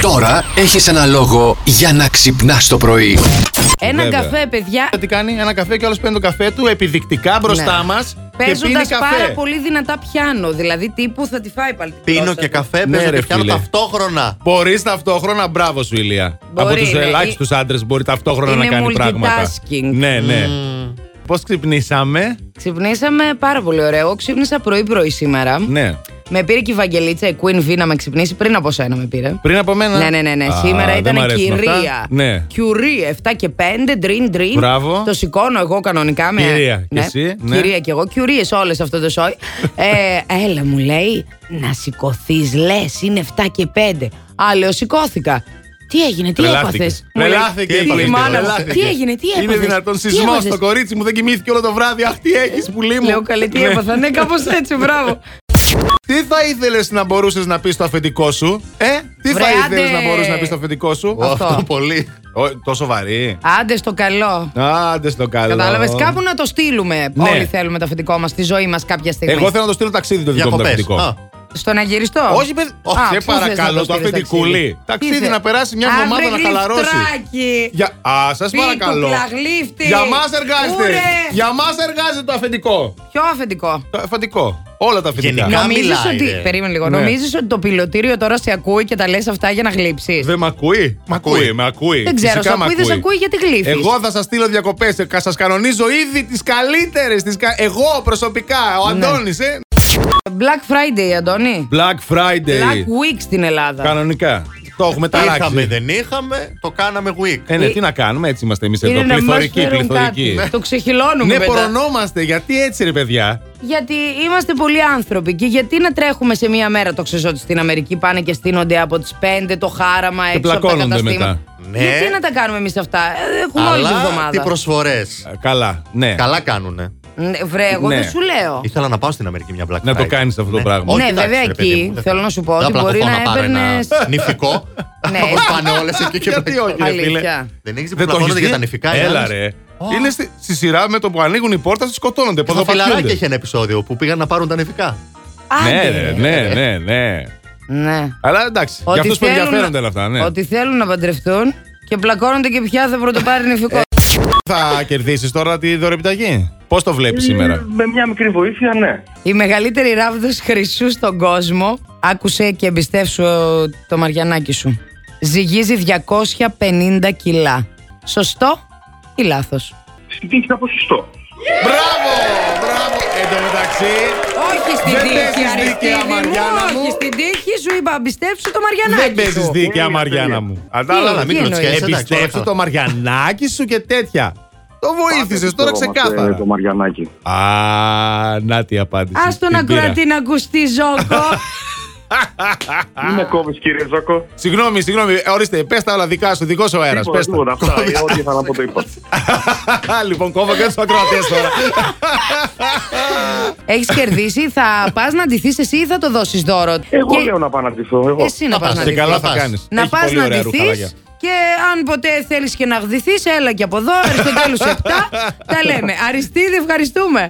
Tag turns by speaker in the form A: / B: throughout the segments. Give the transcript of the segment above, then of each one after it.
A: Τώρα έχεις ένα λόγο για να ξυπνάς το πρωί.
B: Ένα
C: Βέβαια.
B: καφέ, παιδιά.
C: Τι κάνει ένα καφέ και άλλο παίρνει το καφέ του επιδεικτικά μπροστά
B: Ναι.
C: μας και πίνει
B: Παίζοντας
C: καφέ.
B: πάρα πολύ δυνατά πιάνο. Δηλαδή τύπου θα τη φάει πάλι. την
D: Πίνω
B: γλώσσα
D: και
B: του.
D: καφέ,
C: Ναι,
D: παίζω
C: ρε,
D: και πιάνω
C: φίλε.
D: ταυτόχρονα.
C: Μπορείς ταυτόχρονα, μπράβο σου, Ηλία.
B: Μπορεί,
C: Από τους
B: ναι.
C: ελάχιστους άντρες μπορεί ταυτόχρονα
B: Είναι
C: να κάνει πράγματα.
B: multitasking. Mm.
C: Ναι, ναι. Πώς ξυπνήσαμε.
B: Ξυπνήσαμε πάρα πολύ ωραίο. Εγώ Ξύπνησα πρωί-πρωί σήμερα.
C: Ναι.
B: Με πήρε και η Βαγγελίτσα, η Queen V να με ξυπνήσει πριν από σένα με πήρε.
C: Πριν από μένα.
B: Ναι, ναι, ναι. ναι.
C: Α,
B: Σήμερα
C: δεν μ'
B: ήταν
C: αρέσουν αυτά.
B: κυρία.
C: Ναι.
B: Κιουρί, 7 και 5, ντριν, ντριν.
C: Μπράβο.
B: Το σηκώνω εγώ κανονικά με.
C: Κυρία, και εσύ, ναι.
B: Κυρία και εγώ, κιουρίε όλες αυτό το σόι. ε, έλα, μου λέει, να σηκωθείς, λες, είναι 7 και 5. Α, λέω, σηκώθηκα. Τι έγινε, τι
C: Τρελάθηκε.
B: έπαθες.
C: Τρελάθηκε,
B: τι,
C: έπαθε,
B: η μάνα μου.
C: τρελάθηκε.
B: τι έγινε, τι έπαθε.
C: Είναι δυνατόν σεισμό στο κορίτσι μου, δεν κοιμήθηκε όλο το βράδυ. Αχ, τι έχεις, πουλί μου.
B: Λέω καλή, τι
C: Ναι.
B: έπαθα. Ναι, κάπως έτσι, μπράβο.
C: Τι θα ήθελες να μπορούσες να πεις στο αφεντικό σου, Ε, τι
B: Βρε,
C: θα ήθελες
B: άντε.
C: να μπορούσες να πεις στο αφεντικό σου.
D: Ω,
B: Αυτό.
D: Αυτό πολύ.
C: Ω, Τόσο βαρύ.
B: Άντε στο καλό.
C: Άντε στο καλό.
B: Κατάλαβες, κάπου να το στείλουμε.
C: Ναι.
B: Όλοι θέλουμε το αφεντικό μας στη ζωή μας κάποια στιγμή.
C: Εγώ θέλω να το στείλω ταξίδι το δικό μου το
D: Διακοπές.
C: αφεντικό.
B: Στο να γυριστώ.
C: Όχι, παιδί.
B: Α,
C: Όχι, σε
B: πού θες να
C: παρακαλώ,
B: το
C: το
B: στείλεις
C: αφεντικούλι. Ταξίδι
B: Τι
C: να
B: θε?
C: περάσει μια
B: Αύριο
C: εβδομάδα να χαλαρώσει.
B: γλυφτράκι.
C: Για... Α, σας
B: Πίτου,
C: παρακαλώ.
B: πλαγλύφτη.
C: Για μας εργάζεται.
B: Ούρε.
C: Για μας εργάζεται το αφεντικό.
B: Ποιο αφεντικό.
C: Το αφεντικό. Όλα τα αφεντικά.
D: Γενικά.
B: Νομίζεις
D: μιλάει,
B: ότι.
D: ρε.
B: Περίμενε λίγο.
C: Ναι.
B: Νομίζεις ότι το πιλωτήριο τώρα σε ακούει και τα λες αυτά για να γλύψεις.
C: Δεν μ' ακούει. Μ' ακούει, με ακούει.
B: Δεν ξέρω,
C: Φυσικά
B: σ'
C: μ'
B: ακούει, δεν σ' ακούει γιατί γλύφεις.
C: Εγώ θα σας στείλω διακοπές. Σας κανονίζω ήδη τις καλύτερες. Τις... κα- Εγώ προσωπικά, ο
B: Ναι.
C: Αντώνης, ε.
B: Black Friday, Αντώνη.
C: Black
B: Black
C: Friday.
B: Week στην Ελλάδα.
C: Κανονικά. Το έχουμε
D: Είχαμε,
C: ταράξει.
D: δεν είχαμε, το κάναμε week.
C: Ε, ναι, τι να κάνουμε, έτσι είμαστε εμείς εδώ.
B: να μας
C: Πληθωρικοί,
B: φέρουν
C: πληθωρικοί.
B: κάτι. Το ξεχυλώνουμε
C: Ναι,
B: μετά.
C: πορωνόμαστε. Γιατί έτσι, ρε παιδιά.
B: Γιατί είμαστε πολλοί άνθρωποι και γιατί να τρέχουμε σε μία μέρα το ξέρεις ότι στην Αμερική πάνε και στείνονται από τις 5 το χάραμα έξω από τα
C: πλακώνονται
B: καταστήματα.
D: μετά.
B: Γιατί
D: Ναι.
B: να τα κάνουμε εμείς αυτά, Ε, έχουμε όλη την
D: Αλλά τι
B: εβδομάδα.
D: προσφορέ.
C: Ε, Καλά, ναι.
D: Καλά κάνουνε.
B: Ναι, Βρε, εγώ
C: Ναι.
B: δεν σου λέω.
D: Ήθελα να πάω στην Αμερική μια Black Friday.
C: Να το κάνεις αυτό το πράγμα.
D: Όχι,
B: Ναι,
D: εντάξει,
B: βέβαια,
D: ρε παιδί
B: εκεί
D: μου, δεν
B: θέλω να σου πω
D: Δεν
B: ότι
D: απλά
B: μπορεί
D: το θέλω
B: να
D: πάρω ένα
B: έπαιρνες-
D: Νυφικό.
B: Ναι.
D: Όπως πάνε όλες εκεί και
C: Γιατί όχι, ρε φίλε.
B: Αλήθεια.
D: Δεν έχεις που
C: Δεν το έχεις
D: πλακώνονται
C: δει?
D: για τα νηφικά. οι
C: Έλα
D: άλλες.
C: ρε. Είναι στη, στη σειρά με το που ανοίγουν οι πόρτα, σκοτώνονται.
D: Το φιλαράκι
C: ποδοπατιούνται.
D: είχε ένα επεισόδιο που πήγαν να πάρουν τα νηφικά.
C: Ναι,
B: Άντε.
C: ρε, ναι, ναι, ναι.
B: Ναι.
C: Αλλά εντάξει,
B: Ότι
C: για αυτούς που
B: θέλουν
C: ενδιαφέρονται
B: να-
C: όλα αυτά, ναι.
B: Ότι θέλουν να παντρευτούν και πλακώνονται και πια θα πρωτοπάρει νηφικό.
C: Θα κερδίσεις τώρα τη δωρεπιταγή. Πώς το βλέπεις σήμερα.
E: Με μια μικρή βοήθεια, ναι.
B: Η μεγαλύτερη ράβδος χρυσού στον κόσμο. Άκουσε και εμπιστεύσου το Μαριανάκι σου. Ζυγίζει 250 κιλά. Σωστό ή λάθος.
E: Συντήχητα ποσοστό.
C: Μπράβο! Μπράβο! Εν τω μεταξύ.
B: Όχι στην
C: Δεν
B: τύχη,
C: παίζεις
B: Αριστείδη
C: δίκαια,
B: μου,
C: Μαριάννα μου.
B: όχι στην τύχη σου είπα εμπιστεύσου το
C: Δεν
B: Μαριανάκι
C: παίζεις
B: σου.
C: δίκαια,
E: Είναι
C: Μαριάννα
E: αστεία.
C: μου. Κατάλαβα,
B: τι
C: μην
B: εννοείς?
C: κλωτσιέσαι.
D: Εντάξει,
C: Εμπιστεύσου
D: όλα
C: το μαριανάκι σου και τέτοια. Το βοήθησες τώρα ξεκάθαρα.
E: ε, Το Μαριανάκι.
C: Α, να τη απάντηση.
B: Ας τον
C: Την πήρα.
B: ακροατή να ακουστεί ζόκο.
E: Μην με κόβεις, κύριε Ζόκο.
C: Συγγνώμη, συγγνώμη. Ε, Ορίστε, πες τα όλα δικά σου, δικός σου αέρας.
E: Τίποτα,
C: Πες
E: τίποτα. Αυτά, ε, ό,τι ήθελα να πω το είπα.
C: τα. λοιπόν, κόβω και τους ακροατές τώρα.
B: Έχεις κερδίσει, θα πας να ντυθείς εσύ ή θα το δώσεις δώρο.
E: Εγώ
B: Και
E: λέω να πάω να ντυθώ, εγώ.
B: Εσύ να
D: Θα
B: πας
D: πας
B: να
C: Και
D: και
B: ντυθείς.
C: καλά
D: καλά
C: θα
D: θα
C: κάνεις.
B: Να πα να ντυθείς και αν ποτέ θέλεις και να γδυθείς έλα και από εδώ, Αριστοτέλους 7, τα λέμε. Αριστίδη, ευχαριστούμε.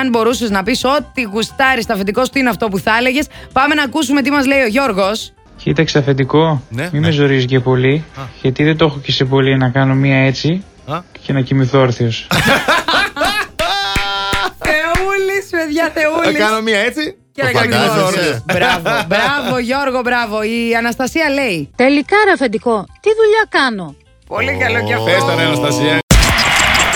B: Αν μπορούσες να πεις ό,τι γουστάρεις τα αφεντικό σου, τι είναι αυτό που θα έλεγες, πάμε να ακούσουμε τι μας λέει ο Γιώργος.
F: Κοίταξε αφεντικό,
C: Ναι,
F: μην
C: ναι.
F: με ζωρίζει και πολύ, γιατί δεν το έχω και σε πολύ να κάνω μία έτσι
C: Α.
F: και να κοιμηθώ όρθιος.
B: Θεούλης, παιδιά,
D: Ε,
B: Θεούλης.
C: Κάνω μία έτσι.
B: Και να
D: Το
B: κάνεις
D: φαγκάζεσαι.
B: δώρο. Μπράβο, μπράβο Γιώργο, μπράβο. Η Αναστασία λέει.
G: Τελικά, ρε αφεντικό, τι δουλειά κάνω.
B: Πολύ καλό και αυτό.
C: Πες τον Αναστασία.